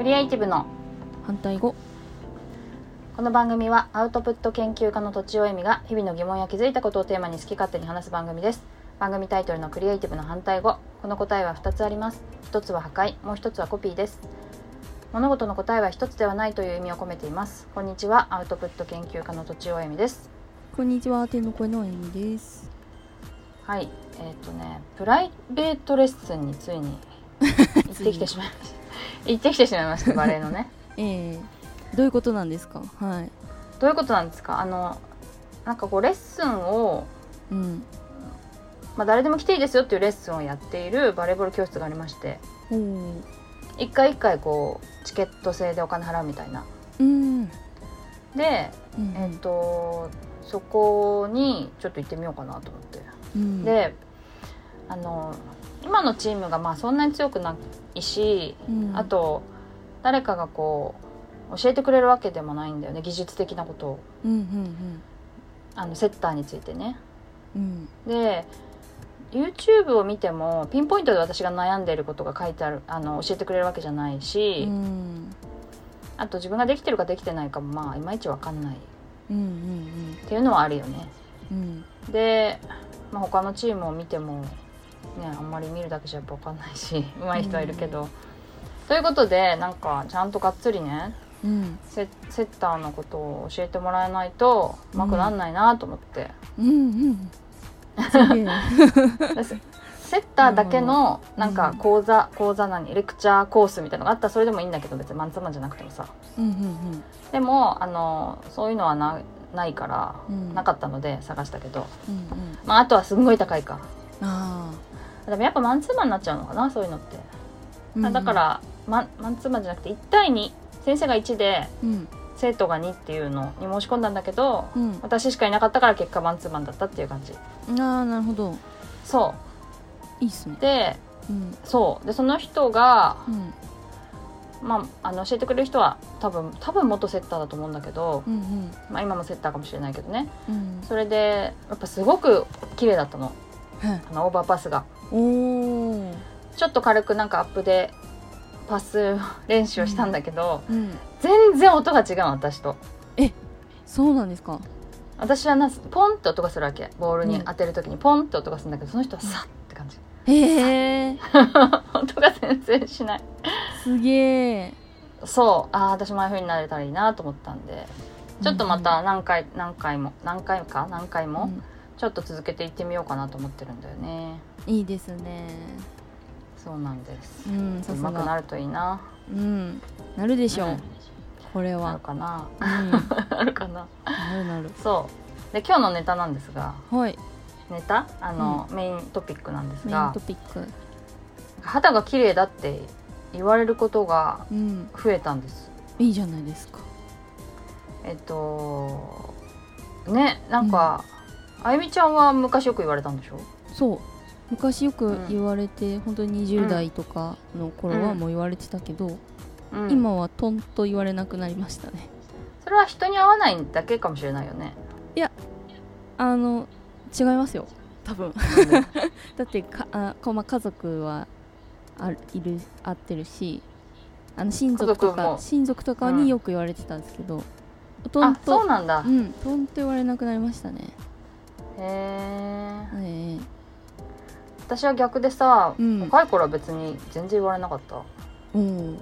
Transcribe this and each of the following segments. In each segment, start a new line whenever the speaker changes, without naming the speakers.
イティブの
反対語
この番組はアウトプット研究家のとちおえみが日々の疑問や気づいたことをテーマに好き勝手に話す番組です番組タイトルのクリエイティブの反対語この答えは2つあります1つは破壊もう1つはコピーです物事の答えは1つではないという意味を込めていますこんにちはアウトプット研究家のとちおえみです
こんにちは天の声のえみです
はいえーっ、とねプライベートレッスンについに行ってきてしまいました行ってきてしまいましたバレエのね
ええどういうことなんですかはい
どういうことなんですかあのなんかこうレッスンを
うん
まあ、誰でも来ていいですよっていうレッスンをやっているバレーボール教室がありまして
おー
一回一回こうチケット制でお金払うみたいな
うんうん
で、
う
えっ
ん
とそこにちょっと行ってみようかなと思って、
うん
であの今のチームがまあそんなに強くないし、
うん
あと誰かがこう教えてくれるわけでもないんだよね技術的なことを
うんうん
あのセッターについてね
うん
で YouTube を見てもピンポイントで私が悩んでいることが書いてあるあの教えてくれるわけじゃないし、
うん
あと自分ができてるかできてないかもまあいまいちわかんないっ
うんうん
ていうのはあるよね。
うんうん
で、まあ、他のチームを見ても、ね、あんまり見るだけじゃやっぱわかんないし 上手い人はいるけど。ということでなんかちゃんとがっつりね
うん
セセッターのことを教えてもらえないとうまくなんないなと思って、
うんうんす げえ
ですセッターだけのなんか講座、講座何レクチャーコースみたいなのがあったらそれでもいいんだけど別にマンツーマンじゃなくてもさ
うんうん
でもあのそういうのはなないから、
うん
なかったので探したけど、
うんうん
まあ、あとはすんごい高いか
あ
でもやっぱマンツーマンになっちゃうのかなそういうのって、
あ
だからマンマンツーマンじゃなくて1対2先生が1で
うん
生徒が2っていうのに申し込んだんだけど
うん
私しかいなかったから結果マンツーマンだったっていう感じ
ああなるほど
そ
いいっすね
うで
うん
そうでその人が
うん
まあ、あの教えてくれる人は多分多分元セッターだと思うんだけど、
うんうん
まあ、今もセッターかもしれないけどね
うん
それでやっぱすごく綺麗だったの
はい
あのオーバーパスが
おー
ちょっと軽くなんかアップでパス練習をしたんだけど、
うん
全然音が違うの私と
そうなんですか
私はなポンって音がするわけボールに当てる時にポンって音がするんだけどその人はさって 感じ
へえ
音が全然しない
すげえ
そうああ私もああいう風になれたらいいなと思ったんでちょっとまた何回何回も何回か何回も、ちょっと続けていってみようかなと思ってるんだよね
うんいいですね
そうなんです
うんさす
上手くな
が
るといいな
うんなるでしょう、
うん
これ
なる
は、
かな
うん、
なるかな
なるなる
そうで今日のネタなんですが
はい
ネタあの、メイントピックなんです
メイン
が
トピック
肌が綺麗だって言われることが
うん
増えたんです
いいじゃないですか
えっとねなんか、あゆみちゃんは昔よく言われたんでしょ
そう昔よく
うん
言われて、本当に
うん
20代とかの頃は
うん
もう言われてたけど、
うん
今はトンと言われなくなりましたね
それは人に合わないだけかもしれないよね
あの違いますよ多分 だってかあこ、まあ、家族はあるいる合ってるしあの親族と
家族
か
も
親族とか
うん
によく言われてたんですけど、とん
あ
と
そうなんだ、
う
へ
んとんと言われなくなりましたね
え
ええ
私は逆でさ、
うん
若い頃は別に全然言われなかった
おー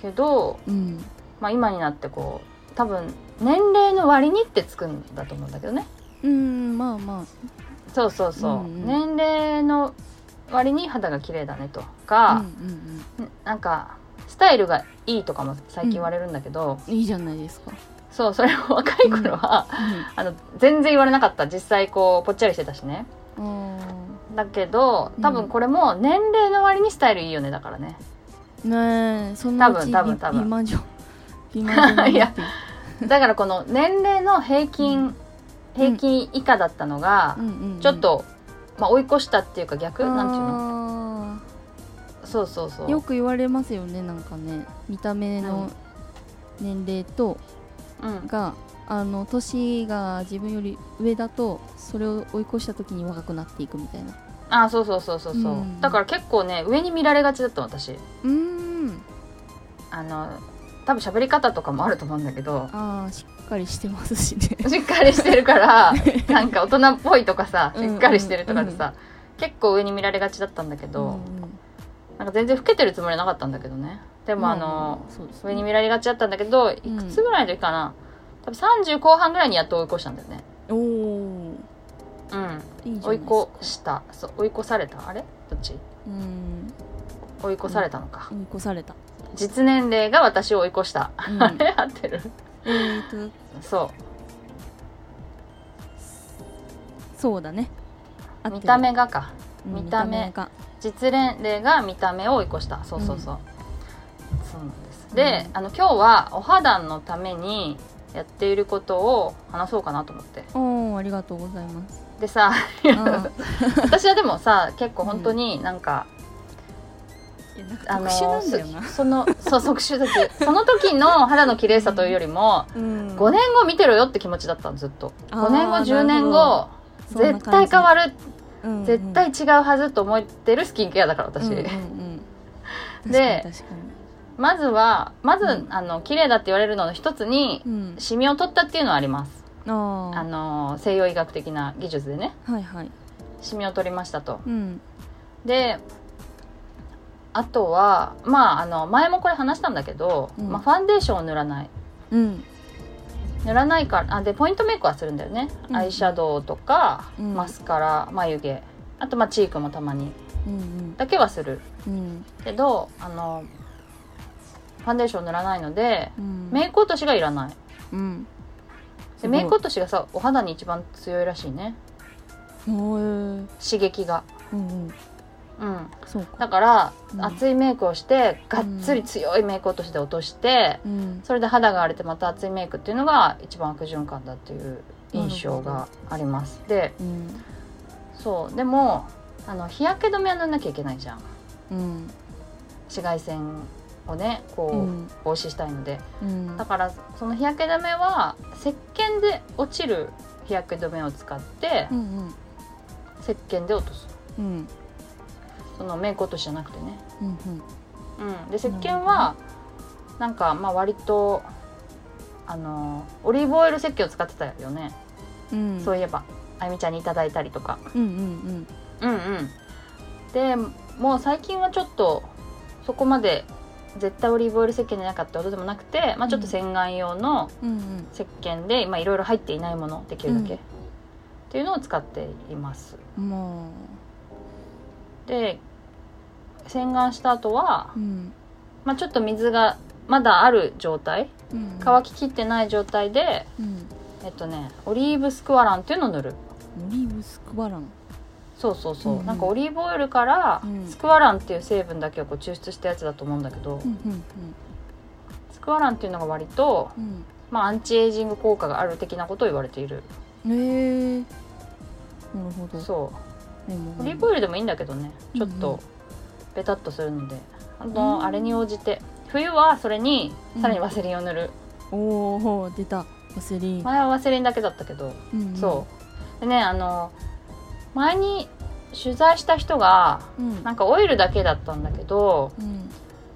けど、
うん
まあ、今になってこう多分年齢の割にってつくんだと思うんだけどね
うんまあまあ
そうそうそう、
うんう
年
ん
齢の割に肌が綺麗だねとか
うん、うん
んなんかスタイルがいいとかも最近言われるんだけど、
うんいいじゃないですか、
そうそれを若い頃は、あの全然言われなかった実際こうぽっちゃりしてたしね
うん、あ
だけど多分これも年齢の割にスタイルいいよねだからね
ーねえそんなうち
多分多分多分
美魔女美魔女 になってい
だからこの年齢の平均、
うん
平均以下だったのが
う、んうんうん
ちょっと、まあ、追い越したっていうか逆なんていうの
あー
そうそうそう
よく言われますよねなんかね見た目の年齢と
うん、
があの年が自分より上だとそれを追い越した時に若くなっていくみたいな
あそうそうそうそうそう、
うん
だから結構ね上に見られがちだったの私
うーん
あの多分喋り方とかもあると思うんだけど
ああしっかりしてますしね
しっかりしてるから なんか大人っぽいとかさ
うん
しっかりしてるとかでさ、結構上に見られがちだったんだけど、なんか全然老けてるつもりなかったんだけどねで
で
もあの、
そうです
上に
ね
見られがちだったんだけどいくつぐらいの時かな、多分30後半ぐらいにやっと追い越したんだよね
おお
うん
いいじ
追
ゃないいですか
越したそう追い越されたあれどっち
うん
追い越されたのか、
追い越さ れた、
実年齢が私を追い越した、
うん
あれ合ってる
えーと
そ
そうだね合
う
ってる
見た目がか
うん
見た目
が
実年齢が見た目を追い越したそうそうそう、そうなんですで、
う
あの今日はお肌のためにやっていることを話そうかなと思って
おおありがとうござい ます
で さ
うんいやなんか
私はでもさ結構本当になんか、あ
特
の
殊なんだよな
そそのそう即手ですその時の肌の綺麗さというよりも、
うん
5年後見てろよって気持ちだったのずっと
あー
5年後10年後
そんな
絶対
感じ
変わる
うんうん
絶対違うはずと思ってるスキンケアだから私、
うんうんうん確か
で
に確かに
まずはまず、
うん
あの綺麗だって言われるのの一つに
うん
シミを取ったっていうのはあります、
あ
あ
あ
の西洋医学的な技術でね
はいはい
シミを取りましたと
うん
であとはまああの前もこれ話したんだけど、
うん
まあ、ファンデーションを塗らない
うん
塗らないからあでポイントメイクはするんだよね、
うん
アイシャドウとか、
うん
マスカラ眉毛あとまあチークもたまに
うん
だけはする
うんうん
けどあのファンデーション塗らないので
うん
メイク落としがいらない
うん
でメイク落としがさお肌に一番強いらしいね
すごいおー
刺激が
うんう
う
ん
ん
そうか
だから、
うん
熱いメイクをしてがっつり強いメイク落としで落として、
うん
それで肌が荒れてまた熱いメイクっていうのが一番悪循環だっていう印象がありますで
うん
そうでもあの日焼け止めは塗んなきゃいけないじゃん
うん
紫外線をねこ
う
う、
ん
防止したいので
うん
だからその日焼け止めは石鹸で落ちる日焼け止めを使って
うんうん
石鹸で落とす
うん
そのメイク落としじゃなくてね、
うん
うん、で石鹸はなんかまあ割とあのオリーブオイル石鹸を使ってたよね、
うんうん
そういえばあゆみちゃんにいただいたりとか
うんうん
うんうんでもう最近はちょっとそこまで絶対オリーブオイル石鹸じゃなかったことでもなくて、まあ、ちょっと洗顔用の、
うんうん
石鹸でまあいろいろ入っていないものできるだけ、
うん
っていうのを使っています
うんも
で洗顔した後は、
ううん
まあ、ちょっと水がまだある状態
うん
乾ききってない状態で、
うん
えっとねオリーブスクワランっていうのを塗る
オリーブスクワラン
そうそうそう、
うん
なんかオリーブオイルから
うん
スクワランっていう成分だけをこう抽出したやつだと思うんだけど、
うんうん
スクワランっていうのが割と、
うん
まあ、アンチエイジング効果がある的なことを言われている
うんへえなるほど
そう
でも
オリーブオイルでもいいんだけどね、ちょっ
うんうん
とベタっとするので、あ
う
の
ん
あれに応じて冬はそれに
うん
さらにワセリンを塗る、
おお出たワセリン
前はワセリンだけだったけど、
うんうん
そうでねあの前に取材した人が
うん
なんかオイルだけだったんだけど
うん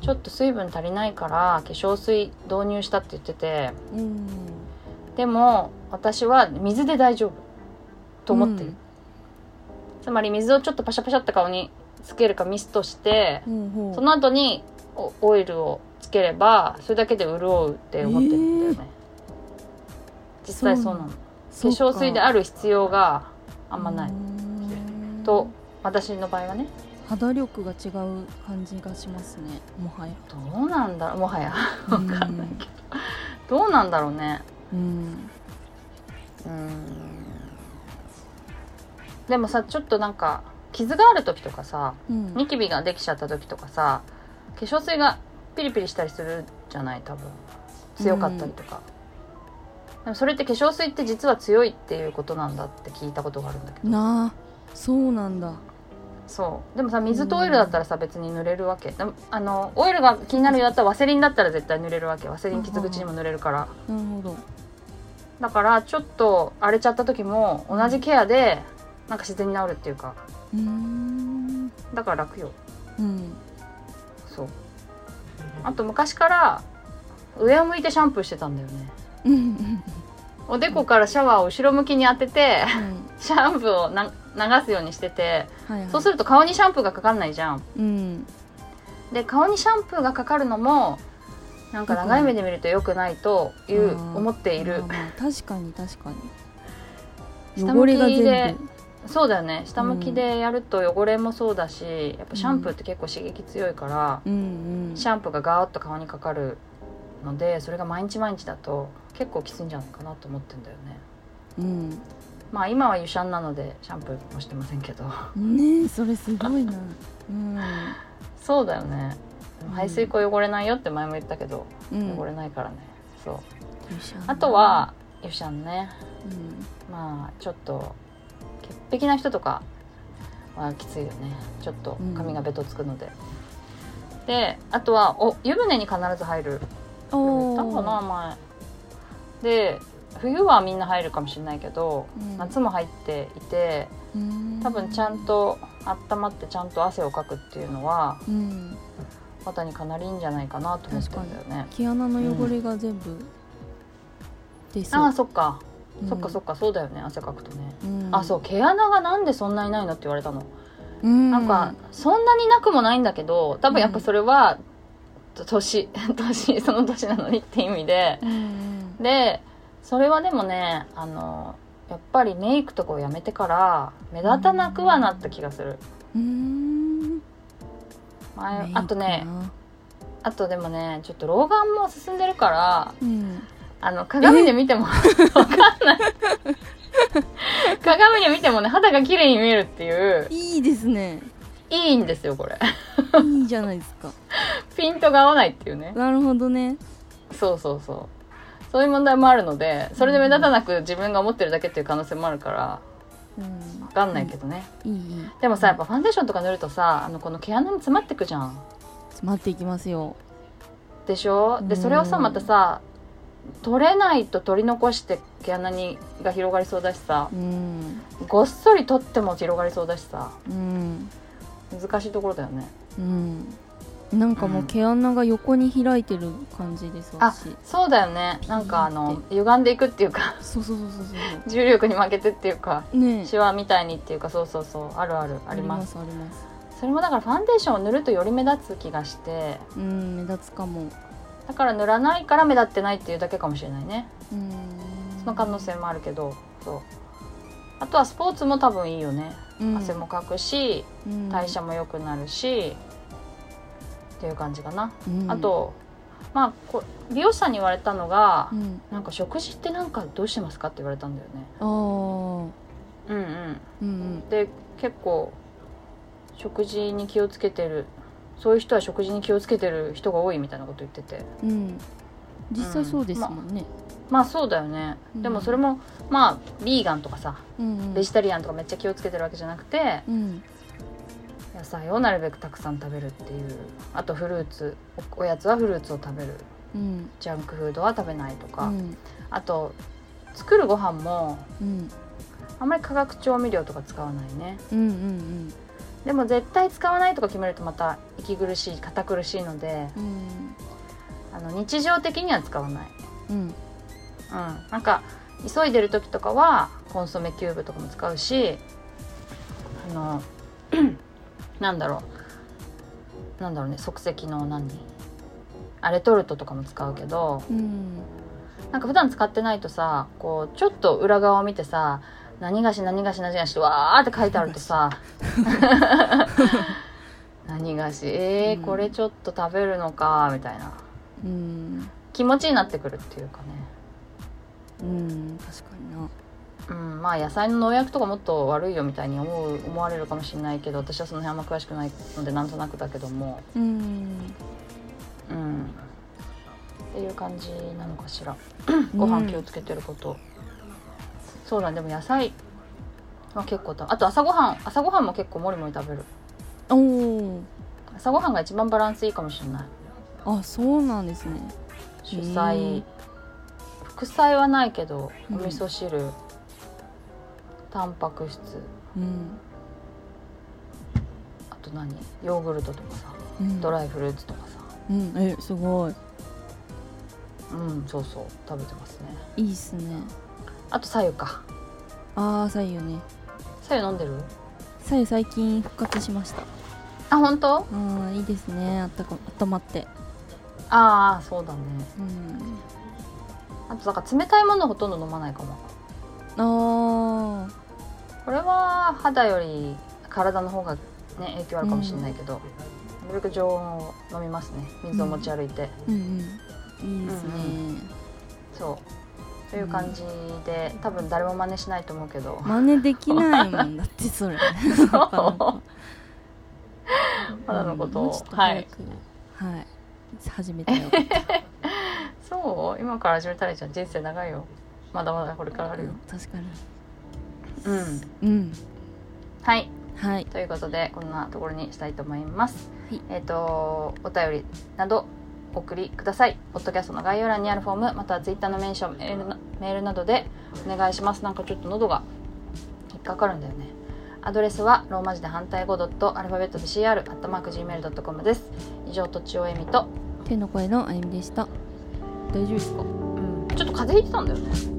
ちょっと水分足りないから化粧水導入したって言ってて
うん
でも私は水で大丈夫と思ってる、つまり水をちょっとパシャパシャって顔につけるかミストして
うん、ほうほう
その後におオイルをつければそれだけで潤うって思ってるんだよね、実際そうなの化
そうか
粧水である必要があんまないう
ーん
と私の場合はね
肌力が違う感じがしますねも はや
どうなんだろうもはや
わかんないけ
どうなんだろうね
どうん
うんでもさちょっとなんか傷がある時とかさ
うん
ニキビができちゃった時とかさ化粧水がピリピリしたりするじゃない多分強かったりとか、でもそれって化粧水って実は強いっていうことなんだって聞いたことがあるんだけど
なあそうなんだ
そうでもさ水とオイルだったらさ別に塗れるわけでもあのオイルが気になるようだったらワセリンだったら絶対塗れるわけワセリン傷口にも塗れるから
なるほど
だからちょっと荒れちゃった時も同じケアでなんか自然に治るっていうか
うーん
だから楽よ
うん
そうあと昔から上を向いてシャンプーしてたんだよね
うんうん
おでこからシャワーを後ろ向きに当てて
うん
シャンプーをな流すようにしてて
はいはい
そうすると顔にシャンプーがかかんないじゃん
うん
で顔にシャンプーがかかるのもなんか長い目で見ると良くないという
あー
思っている
まあまあ確かに確かに
下
汚
向
れが
きで
全部
そうだよね下向きでやると汚れもそうだしやっぱシャンプーって結構刺激強いから、
うんうん
シャンプーがガーッと顔にかかるのでそれが毎日毎日だと結構きついんじゃないかなと思ってんだよね
うん
まあ今は湯シャンなのでシャンプーもしてませんけど
ねえそれすごいなうん
そうだよね排水口汚れないよって前も言ったけど、
うん
汚れないからねそう
よっしゃ
あとは湯シャンね
うん
まあちょっと潔癖な人とかはきついよねちょっと髪がべとつくので、であとはお湯船に必ず入る言
お
ったかな
ー
前で冬はみんな入るかもしれないけど、
うん
夏も入っていて
うん
多分ちゃんと温まってちゃんと汗をかくっていうのは
うん
肩にかなりいいんじゃないかなと思ってんだよね
毛穴の汚れが全部出そう
ああそっか、そっかそ
っ
っかそうだよね汗かくとね、
か
あそう毛穴がなんでそんなにないのって言われたの
うん
なんかそんなになくもないんだけど多分やっぱそれはと年 年その年なのにって意味で
うんうん
でそれはでもねあのやっぱりメイクとかをやめてから目立たなくはなった気がする
うーん
前
メイク
あとね
な
あとでもねちょっと老眼も進んでるから
うん
あの鏡で見ても わかんない鏡で見てもね肌が綺麗に見えるっていう
いいですね
いいんですよこれ
いいじゃないですか
ピントが合わないっていうね
なるほどね
そうそうそうそういう問題もあるのでそれで目立たなく自分が思ってるだけっていう可能性もあるから
うん
分かんないけどね、
いいいい
でもさやっぱファンデーションとか塗るとさあのこの毛穴に詰まってくじゃん
詰まっていきますよ
でしょで
うん
それをさまたさ取れないと取り残して毛穴にが広がりそうだしさ
うん
ごっそり取っても広がりそうだしさ
うん
難しいところだよね
うんなんかもう毛穴が横に開いてる感じです
あ
私
そうだよねなんかあの歪んでいくっていうか
そうそうそうそうそ
重力に負けてっていうか
うね
シワみたいにっていうかそうそうそうあるあるあります
あります
それもだからファンデーションを塗るとより目立つ気がして
うん目立つかも
だから塗らないから目立ってないっていうだけかもしれないね
うん
その可能性もあるけどそうあとはスポーツも多分いいよね、
うん
汗もかくし
うん
代謝も良くなるし、っていう感じかな、
うん
あとまあこ美容師さんに言われたのが、
うん
なんか食事ってなんかどうしてますかって言われたんだよね
あー
うんうん
うん
で結構食事に気をつけてるそういう人は食事に気をつけてる人が多いみたいなこと言ってて
うんうん実際そうですもんね
まあそうだよね、
うん
でもそれもまあビーガンとかさ
うんうん
ベジタリアンとかめっちゃ気をつけてるわけじゃなくて
うん
野菜をなるべくたくさん食べるっていうあとフルーツおおやつはフルーツを食べる
うん
ジャンクフードは食べないと
う
か、
ん
あと作るご飯も
うん
あんまり化学調味料とか使わないね
うんうん
でも絶対使わないとか決めるとまた息苦しい堅苦しいので
うんうん
あの日常的には使わない、
うん
うん、なんか急いでる時とかはコンソメキューブとかも使うしあの なんだろうなんだろうね即席の何あレトルトとかも使うけど
うん
なんか普段使ってないとさこうちょっと裏側を見てさ何菓子何菓子何菓子ってわーって書いてあるとさ何菓子えー、これちょっと食べるのかみたいな
うん
気持ちになってくるっていうかね
うん確かにな
うん、まあ野菜の農薬とかもっと悪いよみたいに思う思われるかもしれないけど私はその辺あんま詳しくないのでなんとなくだけども
うん
うんっていう感じなのかしらご飯気をつけてること、そうだねでも野菜は結構たあと朝ごはん朝ごはんも結構もりもり食べる
おお
朝ごはんが一番バランスいいかもしれない
あそうなんですね
主
う
菜
ん
副菜はないけどお
うん
味噌汁、タンパク質
うん
あと何ヨーグルトとかさ
うん
ドライフルーツとかさ
うんえすごい
うんそうそう食べてますね
いいっすね
あとさゆか
ああ左右ね
さゆ飲んでる
左右最近復活しました
あ本当
うんいいですねあったかあったまって
ああそうだね
うん
あとだから冷たいものほとんど飲まないかも
あー
これは肌より体の方がね影響あるかもしれないけど、なるべく常温を飲みますね水を持ち歩いて、
うんうんいいですね、
うんそうという感じで、多分誰も真似しないと思うけど、
真似できないもんだってそれそう
肌のこと
も
を
うちょっと
は
早
い
くはい始めたよかった
そう今から始めたらいいじゃん人生長いよまだまだこれ からあるよ
確かに
うん
うん
はい
はい
ということでこんなところにしたいと思います、
はい
えっ、とお便りなどお送りくださいポッドキャストの概要欄にあるフォームまたはツイッターのメンションメールなメールなどでお願いしますなんかちょっと喉が引っかかるんだよねアドレスはローマ字で反対語ドットアルファベットで CR アットマーク Gmail.com です以上とちおえみと、
天の声のあゆみでした大丈夫ですか
うん、ちょっと風邪ひいてたんだよね